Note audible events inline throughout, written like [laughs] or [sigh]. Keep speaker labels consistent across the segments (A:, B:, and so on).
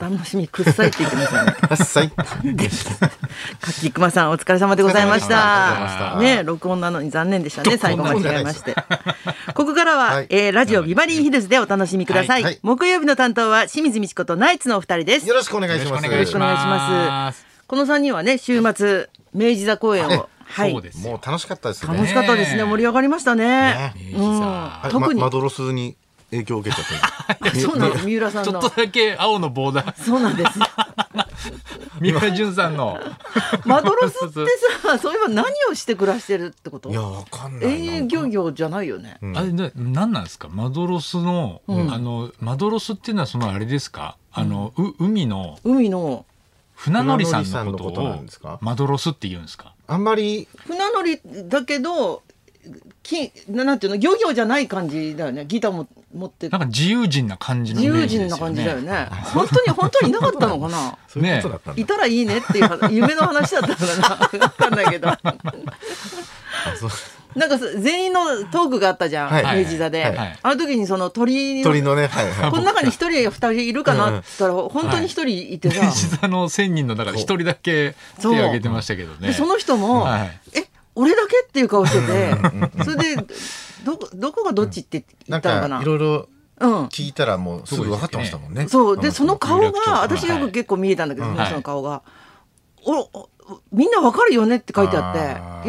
A: 楽しみくっさいって言ってました
B: [laughs]
A: ね。
B: はっさい。
A: かきくまさんお疲れ様でございまし。
B: お疲れ様でございましたた
A: ね録音なのに残念でしたね。最後間違えまして。ここからは、
B: はい
A: えーラジオビバリーヒルズでお楽しみください。
B: はいはい
A: 木曜日の担当は清水美智子とナイツのお二人です。
B: よ
A: よ
B: ろしくお願いします。
C: よろ
A: ろしくお願いします。この三人はね週末明治座公演をはい
C: そうです
B: もう
C: よ。
B: 楽しかったです
A: 楽
B: ね。
A: しかったですね
C: ね
A: 盛り上がりましたね。
B: ね
C: 明治
A: うん
C: 座
A: 特に、
B: ま、マドロスに影響を受けちゃった。
A: そうなの三浦さん
C: ちょ
A: の
C: っとだけ青のボー
B: [laughs]
C: ダー、
A: そうなんです。
C: 三浦淳さんの。
A: マドロスってさそういえば何をして暮らしてるってこと
B: [laughs] いや、わかんないな。
A: 営業業じゃないよね。
B: うん
C: あれ、な、なんなんですかマドロスの、あの、マドロスっていうのはそのあれですかあの、う、海の
A: 海の
C: 船乗りさん
B: 船乗りさん
C: の
B: の
C: こ
B: こととなん
C: を
B: ですか
C: マドロスって言うんですか
B: あんまり、
A: 船乗りだけどきななんていうの漁業じゃない感じだよねギターも持って
C: なんか自由人な感じの
A: 自
C: イメ
A: 由
C: ージ
A: 人
C: ですよ
A: な感
C: ね。
A: じだよね本当に本当にいなかったのか
C: [laughs]
A: な
B: そういうことだったん
A: い
B: だ。
A: たらいいねっていう話夢の話だったのかなわかんないけど
B: あそう
A: なんかそう全員のトークがあったじゃん、
B: は
A: 明
B: い
A: 治座で、
B: はい
C: はい
A: あの時にその鳥
B: [laughs] 鳥のね、はいはい。
A: この中に一人や二人いるかなって言ったら本当に一人いてさ、
C: 明治座の1000人の中で一人だけ手
A: そう
C: を挙げてましたけど
A: で
C: ね。
A: その人も、
C: はい
A: え俺だけっていう顔して
B: [laughs]
A: てそれでどこどこがどっちって言
B: なん
A: ったのか
B: か
A: な
B: いろいろ
A: うん、
B: 聞いたらもうすぐ分かってましたもんね。
A: そう
B: あ
A: でその顔
C: 有楽町の
A: が私よ
C: は
A: く
C: い
A: 結構見えたんだけど、
B: うん
A: その人の顔が「おおみんなわかるよね」って書いてあっ
B: あ
A: て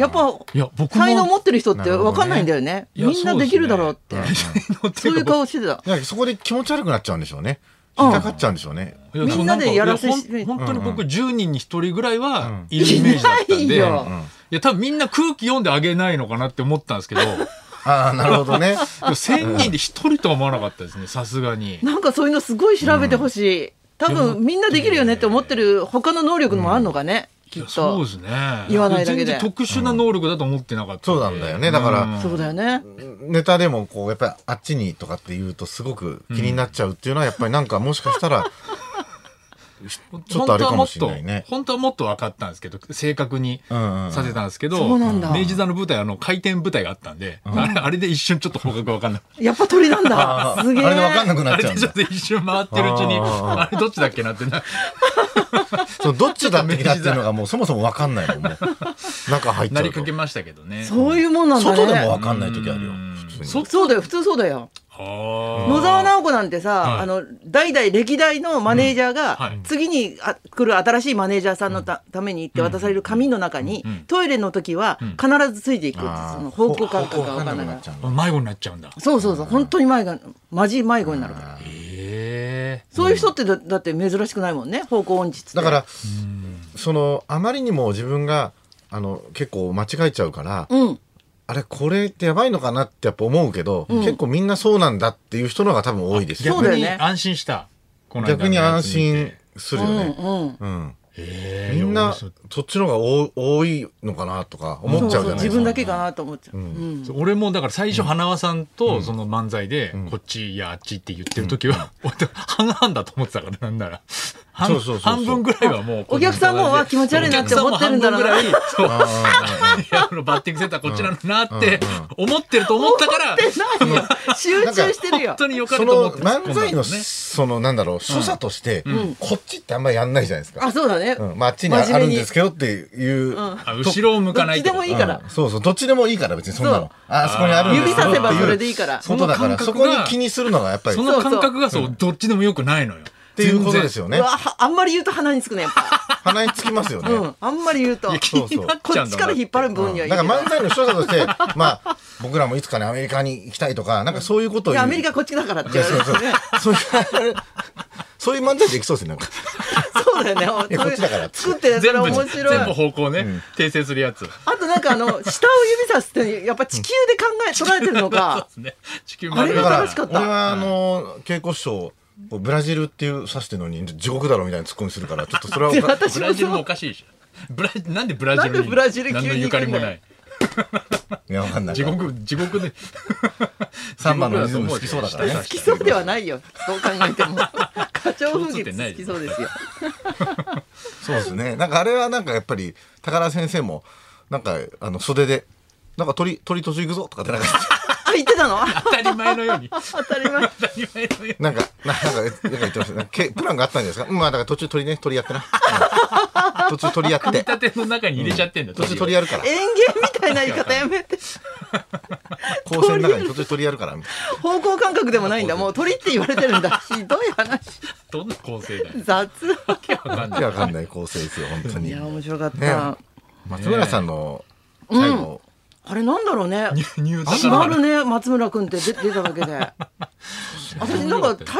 B: ー
A: やっぱ
C: いや、僕も。
A: 才
C: [laughs]
A: 能持ってる人ってわかんないんだよね
C: なるほどねいや
A: みんなできるだろうって
B: う
A: そ
B: [laughs] ん
A: う,、
C: 能って
A: いう
C: か
A: 顔してた。
B: なんかそこで気持ち悪くなっちゃうんでしょうね。
A: うん
B: 引っかかっちゃうんでしょうね。
C: いや
A: みんなでやらせ
C: そうなんかいやほん本当に僕10人に1人ぐらいはいるイメージだったん
A: いな
C: で、
A: い
C: い
A: よ
C: や多分みんな空気読んであげないのかなって思ったんですけど、でも
A: [laughs]
B: ああ、なるほど [laughs] ね。
C: 1000人で1人とは思わなかったですね、さすがに。
A: なんかそういうのすごい調べてほしい、多
C: いや
A: 分みんなできるよねって思ってる他の能力もあるのかね、
C: い
A: きっ
C: やそう
A: と
C: ですね。
A: 言わないだけで
C: 全然特殊な能力だと思ってなかったで、
B: そうなんだよねだから
C: うん
A: そうだよね
B: ネタでもこうやっぱりあっちにとかって言うとすごく気になっちゃうっていうのはやっぱりなんかもしかした [laughs] らちょっとあれかもしれないね。
C: 本当はもっと本当はもっと分かったんですけど正確に
B: うんうん
C: させたんですけ
A: そ
C: ど、
A: うなんだ
C: 明治座の舞台あの回転舞台があったんで、あれあれで一瞬ちょっと方角分かんなくて
A: やっぱ鳥なん
B: あ
A: だ
B: あ
A: すげえ
B: あれで分かんなくな
C: あ
B: っち
C: れ
B: ゃうん
C: でちょっ
B: だ。
C: と一瞬回ってるうちに
B: あー
C: あれどっちだっけなってな
B: そのどっちだったかっていうのがもうそもそも分かんないもん。もう [laughs] 中入っち
C: な
B: ゃう
C: り
B: と
C: かけ。ましたけどね。
A: そういうもんなんだね
B: 外でも分かんない時あるよ。普通に
C: そ
A: そうだよ普通そうだよ
C: あ
A: 野沢直子なんてさ、
C: はい
A: あの代々歴代のマネージャーが、
C: うんはい
A: 次にあ来る新しいマネージャーさんのた,、めに行って渡される紙の中に、
C: うん
A: トイレの時は
C: うん
A: 必ずついていくって、
B: あー
A: その方向感覚が
B: 方
A: 分か
B: 向感
A: んないか
B: 覚
A: ら
B: がなっちゃうんだ。
C: 迷子になっちゃうんだ。
A: そうそうそう本当に迷子マジ迷子になるから
C: ええ
A: そういう人ってだだって珍しくないもんね方向音痴って
B: だから、そのあまりにも自分があの結構間違えちゃうから、
A: うん
B: あれこれってやばいのかなってやっぱ思うけど、結構みんなそうなんだっていう人の方が多分多いですよ
A: そうだよね
C: 逆に安心した。この間の
B: 逆に
C: や
B: 安
C: つ見て
B: 心。する
A: う
B: よ
A: ん
B: ね、
A: うん
B: うん
C: ええ
B: みんな
C: そう
B: そっちの方が多多いのかなとか
A: そ
B: 思っ
A: う
B: ちゃ
A: そう
B: じ
A: う
B: ゃな
A: 自
B: いです
A: 分
B: か
A: だけかなと思っちゃう、うん
C: そう俺もだから最初花輪さんとその漫才でこっちいやあっちって言ってる時は [laughs] 俺半々だと思ってたからなんなら半
B: そうそうそうそう
C: 半分ぐらいはもう
A: お客さんもわ気持ち悪いなって思ってるんだろうな
C: お客さんも半分ぐらいそう
B: ああ
C: いやあのバッティングセンターこっちなのなって思ってると思ったから
A: ってないよ集中してるよ
C: 本当によか
B: そ
C: れと思
B: の
C: って
B: 漫才の、
C: ね
B: そのなんだろう所作として、こっちってあんまりやんないじゃないですか、
A: あそうだね、
B: うんまあ、あっちにあ
A: 真面
B: あ
A: 目
B: るん
A: に
B: ですけどっていう、
A: うん
C: あ後ろを向かないってこと
A: どっちでもいいから
B: うんそうそうどっちでもいいから別にそんな
A: そう
B: のああそこにあるんで
A: 指
B: すけど
A: さ
B: って
A: せばそれ
B: い
A: でいいから
B: うことだから
C: その
B: そ
C: 感覚
B: こ
C: が
B: に気にするのがやっぱり
C: そ
B: っ
C: の感覚がそうどっちでもよくないのよ。って
B: いうことです
C: よ。
B: よ
A: う
B: ね
A: わはあんまり言うと鼻につくねやっぱ、
B: [laughs] 鼻につきますよね、
A: うん、あんまり言うと
C: いや気になっ
A: こ
C: ちゃ
A: っ
C: うん
A: ち
C: だ
A: から引っ張る分にはいいけ
B: だか
A: ど
B: ら漫才の所作として、 [laughs] まあ、僕らもいつかね、アメリカに行きたいとか、なんかそういうことを
A: い
B: 言
A: や
B: う
A: アメリカこっちだからって
B: い
A: 言
B: や
A: わ
B: そうそう
A: れるね。
B: そういう、 [laughs] そういう漫才できそうですね、なんか。
A: [laughs] そうだよね
B: いやこっちだからって
A: 作ってるそ
C: 全
A: れ
C: 部
A: 面
C: 全
A: 白
C: 部
A: い
C: 方向ね、訂正するやつ。
A: あとなんかあの下を指さすってやっぱ地球で考え捉えてるの
C: そう [laughs]
A: か
C: ですね。地球
A: あ
C: 丸
A: れ
C: い
A: が
C: か
A: 楽
C: ら
A: しかった
B: 俺は、あの、稽古師匠、こうブラジルっていう指してるのに地獄だろみたいなツッコミするから、ちょっとそれはおか、
A: 私
C: ブ
A: も
C: ラジ
A: そ
C: ルもお
A: う
C: かしいでしょ。ブラなんでブラジルに
A: なんでブラジル急に
C: 何のゆかりもない。
B: いや、わかんない。
C: 地獄地獄で
B: [laughs] サンバのリズム好きそうだからね
A: 好きそうではないよどう考えても花鳥風月好きそうですよ
B: そうですね。なんかあれはなんかやっぱり、高田先生も、なんか、あの、袖で、なんか鳥、鳥途中行くぞとかってなんか、 [laughs]
A: 言ってたの
C: 当たり前のように。
A: 当たり前。
C: 当たり前のように。
B: なんか、ななんか、なんか言ってましたね。けプランがあったんじゃないですか。うんまあ、だから途中鳥ね、鳥やってな。うん途中鳥やっ
C: 組み
B: て。
C: 立ての中に入れちゃってんだ。
B: 途中鳥
C: あ
B: やるから。
A: 園芸みたいな言い方やめて。
B: 高専の中に途中鳥やるから。
A: 方向感覚でもないんだ。もう鳥って言われてるんだ。ひどい話。
C: どんな構成だよ。
A: 雑。
C: わかん
B: わ
C: ない
B: けわかんない構成ですよ、本当
A: い
B: に
A: や、。面白かった。
B: ね松村さんの最後、
A: あれなんだろう
B: [laughs]
A: ね。
C: ニュース
A: 締まるね、松村君って出出ただけ
B: [laughs]
A: で。私なんか体型も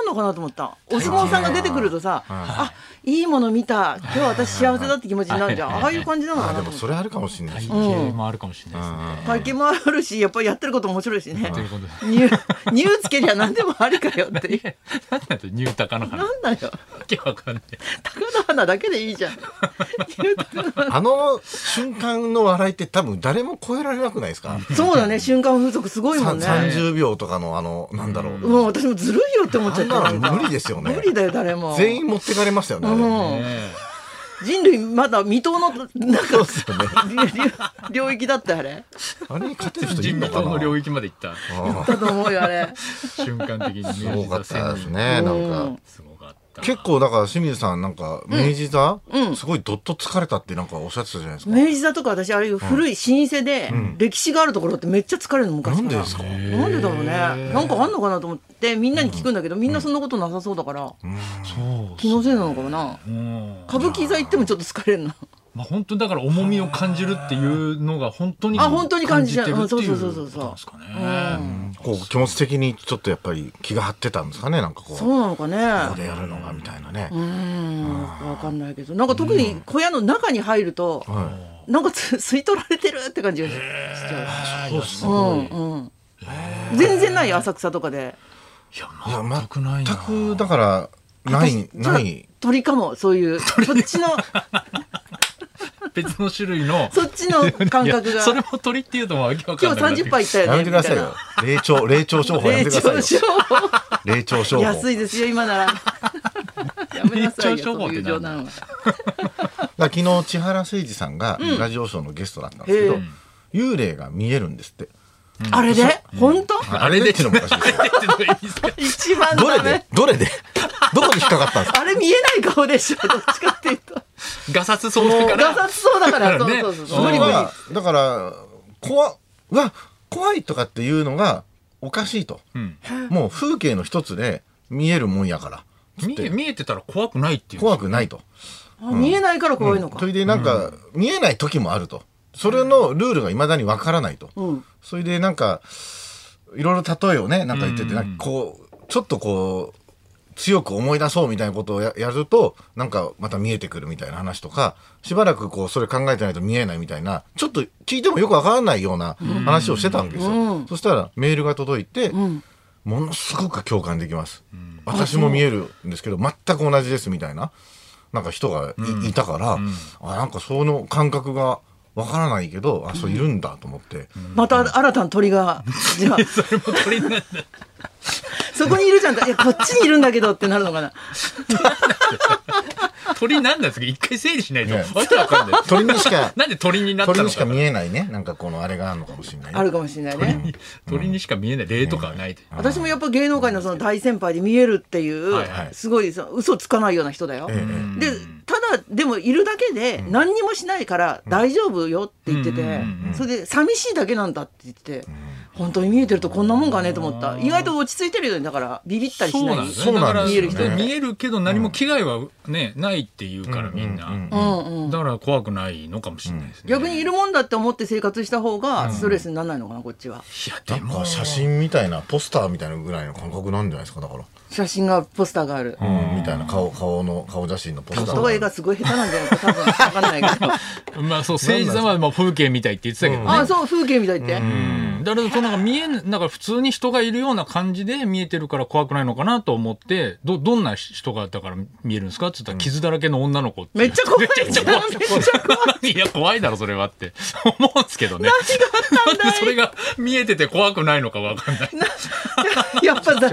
A: あんのかなと思った。お相撲さんが出てくるとさ、あ、いいもの見た。今日私幸せだって気持ちになるじゃん。
C: はい
A: ああいう感じなの
B: あ
A: か
B: で
A: な
B: もそれあるかもしれないです
C: 体
B: ね。
C: 型もあるかもしれない
A: 体型もあるし、やっぱりやってることも面白いしね
C: ですね。と。いうことで。
A: ニ [laughs] ュー、ニューつけりゃ何でもありかよっていう。
C: なんだとニュータカの話。
A: なんだよ。
C: わけわかんない。
A: 高田花だけでい
B: [laughs]
A: いじゃん。ニュー高田花
B: あの瞬間の笑いって多分誰も超えられなくないですか、
A: そうだね、瞬間風速すごいも
B: さ
A: んね。
B: ?30 秒とかのあの、なんだろう。
A: もう私もずるいよって思っちゃ
B: あ
A: っ
B: ん
A: た。
B: な
A: なんか
B: の無理ですよね。
A: 無理だよ、誰も。
B: 全員持ってかれましたよね。あれ
A: うん
C: ね
A: 人類まだ未踏のなん
B: [laughs] そ
A: か
B: うですよね。
A: 領域だってあれ
B: あれに勝てる人いる
C: 人
B: のか
C: 口の領
B: な
C: 域まで行った
B: あ
A: だと思うよあれ
C: 瞬間的に
B: あす
C: 明
B: ご
C: 治
B: か
C: 座
B: ったです
C: 戦の
B: ね。な
A: うん
B: か。
C: すごかった。
B: 結構だから清水さんなんか明治座、
A: うん
B: すごいどっと疲れたってなんかおっしゃってたじゃないですか。
A: 明治座とか私ああいう古い老舗で
B: ん
A: 歴史があるところってめっちゃ疲れるの昔から
B: なんでですか
A: なんでだろうねなんかあんのかなと思ってみんなに聞くんだけどみんなそんなことなさそうだから
C: そう
A: 気のせいなのかもな
C: うん
A: 歌舞伎座行ってもちょっと疲れるな
C: まあ本当にだから重みを感じるっていうのが本当に
A: あ本当に感じちゃう
C: てるってい
A: うんそうそうそうそう
C: う
A: そう
C: ことなんですか
A: う
C: ね。
A: ん
B: こう気持ち的にちょっとやっぱり気が張ってたんですかねなんかこう
A: そう
B: こ
A: なのかね
B: こでやるのがみたいなね。
A: うんよくわかんないけどなんか特に小屋の中に入ると
B: は
A: なんかつ吸い取られてるって感じがししちゃう
C: そうです
A: う
C: い
A: んうん、全然ない浅草とかで
B: い。い
C: や
B: や
C: 全くないな。
B: 全くだからないない。
A: 鳥かもそういうそっちの
C: 別の種類の
A: そっちの感覚
C: い
A: が
C: やそれも鳥っていうとわけわかん
A: 今
C: ない
A: 日30杯い
C: [laughs]
A: ったよ
B: や
A: ね
B: めてくださいよ。霊長霊長商
A: み
B: 法
A: た
B: やめ
A: い
B: て
A: な
B: くだ
A: 冷
B: さいよ。
A: 凍
B: 霊長商
A: 商法
B: 法。
A: 安いですよ今ならやめなさい
C: 冷凍
A: よ
C: 商法
A: そ
C: っ
A: うい
C: て
A: う
C: な
A: 冗談
C: んだ
A: は
B: だから昨日千原誠二さんがラジオショーのゲストだったんですけど、
A: へえ
B: 幽霊が見えるんですって。
A: あれで本当
B: あれでっていうのもおかしいですよ。
A: 一番
B: [laughs] どれ
A: ダ
B: で
A: メ
B: どれでどこに引っかかったん [laughs] ですか
A: あれ見えない顔でしょどっちかっていうと
C: ガサツそうだ
A: ガ
C: から
A: サツそうだから
C: だ
A: そ
C: か
A: う
C: らね
A: そうそう
B: そ
A: 無
B: れ
A: 理無理
B: はだから怖うわ怖いとかっていうのがおかしいと、
C: ん
B: もう風景の一つで見えるもんやからつっ
C: 見え
B: て
C: 見えてたら怖くないっていう。
B: 怖くないと
A: あ見えないから怖いのか
B: それでなんか、見えない時もあるとそれのルールがいまだにわからないと、
A: うん
B: それでなんかいろいろ例えをねなんか言ってて、なんかこうちょっとこう強く思い出そうみたいなことをややるとなんかまた見えてくるみたいな話とかしばらくこうそれ考えてないと見えないみたいなちょっと聞いてもよくわからないような話をしてたわけですよ、
A: うん
B: そしたらメールが届いて、
A: うん
B: ものすごく共感できます、私も見えるんですけど全く同じですみたいななんか人がい,、たから、あなんかその感覚がわからないけどあそういるんだと思って、
A: また新たな鳥がじゃあ
C: それも鳥なんだ。
A: そこにいるじゃんいやこっちにいるんだけどってなるのかな
C: 鳥なんなんですか一回整理しないと。
B: ね
C: わけわかんない。
B: 鳥に
C: [laughs]
B: しか
C: なんで鳥になったの
B: 鳥
C: か
B: にしか見えないねなんかこのあれがあるのかもしれないね
A: あるかもしれないね
C: [laughs] 鳥にしか見えない例とかはないと。
A: 私もやっぱ芸能界のその大先輩で見えるっていう、
C: はいはい
A: すごいその嘘つかないような人だよ。
B: ええ
A: でただでもいるだけで何にもしないから大丈夫よって言ってて、
C: うんうん
A: それで寂しいだけなんだって言ってて、本当に見えてるとこんなもんかねと思った意外と落ち着いてるよねだからビビったりし
C: そう
A: ない
C: なんです
B: そう
C: ね。
B: な
C: だか
B: ん
C: ら
B: です
A: よね
C: 見えるけど何も危害はね、ないっていうからみんな。
B: うん
A: うんうん
C: だから怖くないのかもしれないですね。
A: 逆にいるもんだって思って生活した方がストレスにならないのかなこっちは
C: いや
B: な
C: で
B: ん
C: も
B: か写真みたいなポスターみたいなぐらいの感覚なんじゃないですかだから、
A: 写真がポスターがある。
B: うんみたいな顔顔の顔写真のポスター
A: 人絵がすごい下手なんじゃないか多分わかんないけ
C: [laughs]
A: ど
C: まあそう政治様はまあ風景みたいって言ってたけどね。
A: あそう風景みたいって、
C: うんだからそのなんか見えんなんか普通に人がいるような感じで見えてるから怖くないのかなと思ってどどんな人がだから見えるんですかって言ったら傷だらけの女の子って
A: めっちゃ怖い
C: めっちゃ怖い
A: めっちゃ
C: [laughs] いや怖いだろそれはって思うんですけどね
A: 何があったんだい
C: それが見えてて怖くないのかわかんない
A: やっぱざ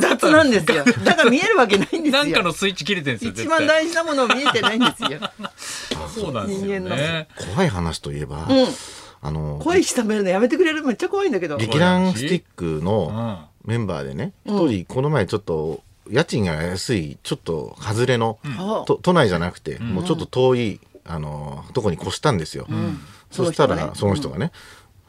A: 雑なんですよ。だから見えるわけないんですよ。
C: なんかのスイッチ切れてるんですよ
A: 一
C: 絶
A: 番
C: 対
A: 大事なものを見えてないんですよ。
C: そうなんですよ
A: 人間の
C: ね
B: 怖い話といえ
A: う
B: ば、
A: ん。
B: あの
A: 声ひさめるのやめてくれるめっちゃ怖いんだけど。
B: 劇団スティック
C: う
B: の
C: ん
B: メンバーでね
A: うん
B: 一人この前ちょっと家賃が安いちょっと外れの、
A: あ
B: と都内じゃなくて、もうちょっと遠いあのとこに越したんですよ、そしたら
A: そ
B: そ
A: の
B: の
A: 人
B: 人がね、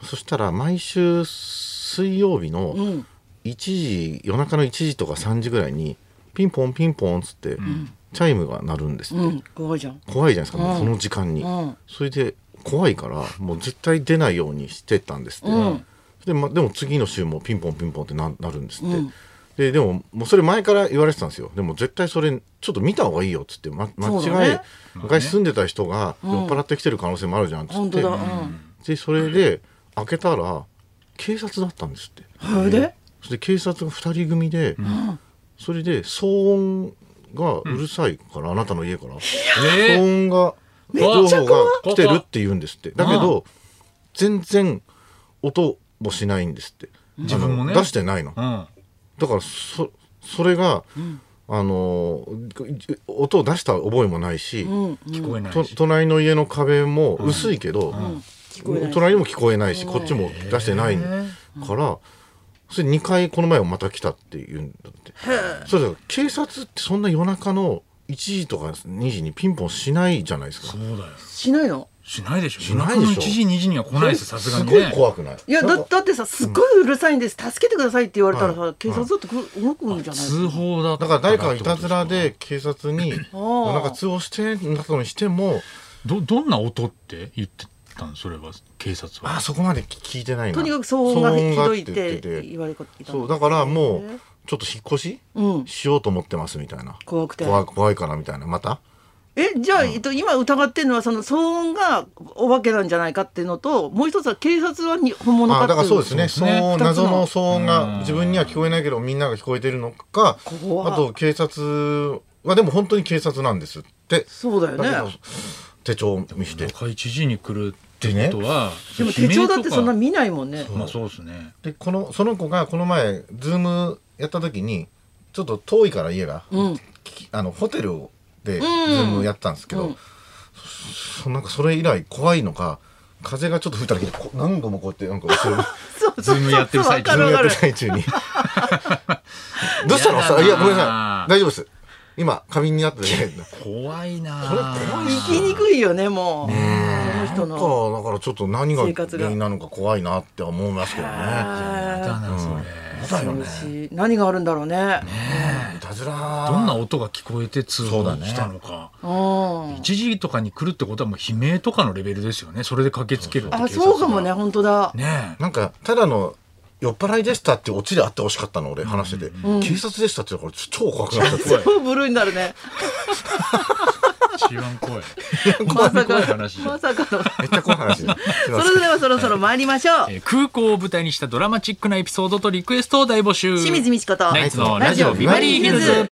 B: そしたら毎週水曜日の
A: ん
B: 1時、夜中の1時とか3時ぐらいにピンポンピンポンっつって、チャイムが鳴るんですって、
A: うん、怖いじゃん。
B: 怖いじゃないですか、も
A: う
B: う
A: ん
B: その時間に、
A: うん
B: それで怖いからもう絶対出ないようにしてたんですって、
A: うん
B: でま、でも次の週もピンポンピンポンってななるんですって、
A: うん
B: ででももうそれ前から言われてたんですよでも絶対それちょっと見た方がいいよっつって、ま、間
A: そうだ
B: 違い、
A: ね
B: 昔住んでた人が酔っ払ってきてる可能性もあるじゃんっつって、
A: 本当だ。うん。
B: でそれで開けたら警察だったんですって
A: それで。
B: それで警察が2人組で、それで騒音がうるさいから、あなたの家から
C: えー
B: 騒音が
C: めっ
B: 情
C: ちゃ
B: 報が来てるって言うんですってだけど全然音もしないんですって
C: 自分もね
B: あの出してないの
C: うん
B: だからそそれが、あのー音を出した覚えもないし、
A: うん。
C: 聞こえない
B: と
C: し
B: 隣の家の壁も薄いけど、
A: 聞こえない。
B: 隣にも聞こえないし、こっちも出してないから、それ2回この前もまた来たって言うんだってそうだから警察ってそんな夜中の1時とか2時にピンポンしないじゃないですか
C: そうだよ
A: しないの。
C: しないでしょ
B: しないでしょ
C: 夜中の1時2時には来ないですさすがに
B: ごい
C: ね
B: 怖くない
A: いやだ
B: なんか
A: だってさすっごいうるさいんです助けてくださいって言われたら
B: は
A: さ
B: い
A: 警察だってく動くんじゃない
C: 通報だった
B: だから誰かがいたずらで警察に夜中通報してなったのにしても
C: どどんな音って言ってたんそれは警察
B: あ
C: は
B: あそこまで聞いてないな
A: とにかく騒音がひどいっ
B: 騒音が言
A: て言われた
B: そうだからもう
A: へえ
B: ちょっと引っ越し
A: うん
B: しようと思ってますみたいな
A: 怖くて
B: 怖い怖いからみたいなまた
A: えじゃあ、えっと、今疑ってるのはその騒音がお化けなんじゃないかっていうのともう一つは警察はに本物か
B: あ
A: っ
B: あ
A: てい
B: だ
A: う
B: からそうですね
C: そうですね
B: 騒
A: 二
B: 音
A: つの
B: 謎の騒音
C: うん
B: が自分には聞こえないけどみんなが聞こえてるのか
A: 怖い
B: あと警察はでも本当に警察なんですって
A: そうだよ
B: だけど
A: ね
B: 手帳を見せて
C: 夜中1時に来るってことは
A: でも手帳だってそんな
C: 悲鳴
A: 見ないもんね
C: とかまあそうですね
B: でこのその子がこの前ズームやった時にちょっと遠いから家が、
A: うん
B: きあのホテルでズームやったんですけど、
A: うん
B: そなんかそれ以来怖いのか風がちょっと吹いた時にこ何度もこうやってなんか
A: [laughs]
B: 後ろに
A: そう
C: ズームやってる最
A: わか
B: ズ
C: 中
B: ーム
A: る
B: や
A: わか
B: ってる
A: る
B: 最中にどうしたの
C: やだな
B: さいやごめんなさい大丈夫です今過敏に
A: [laughs]
B: なってて
C: 怖いな
B: これ怖い
A: 生きにくいよねもうその人
B: なん
A: の
B: かだからちょっと何が
A: 生活が
B: 原因なのか怖いなって思いますけどね
C: やだなそれ、
B: だよね
A: 恐ろしい何があるんだろうね
B: いたずら
C: どんな音が聞こえて通報したのか、
A: うん
C: 1時とかに来るってことはもう悲鳴とかのレベルですよねそれで駆けつけるって
A: あ
C: 警察が
A: そうかもね本当だ
C: ねえ
B: なんかただの酔っ払いでしたってオチであってほしかったの俺話してて、警察でしたって言うからちょ超怖くなっちゃ [laughs] って
C: 怖い
A: 超ブルーになるね
C: 一番 [laughs] 怖い
A: まさ
C: 怖い
A: か
C: 話
A: まさかの
B: めっちゃ怖い話だ [laughs] すいま
A: そ
B: せん
A: れではそろそろ参りましょう
C: えー空港を舞台にしたドラマチックなエピソードとリクエストを大募集
A: 清水美智子と
C: ナイツのラジオビバリーヒルズ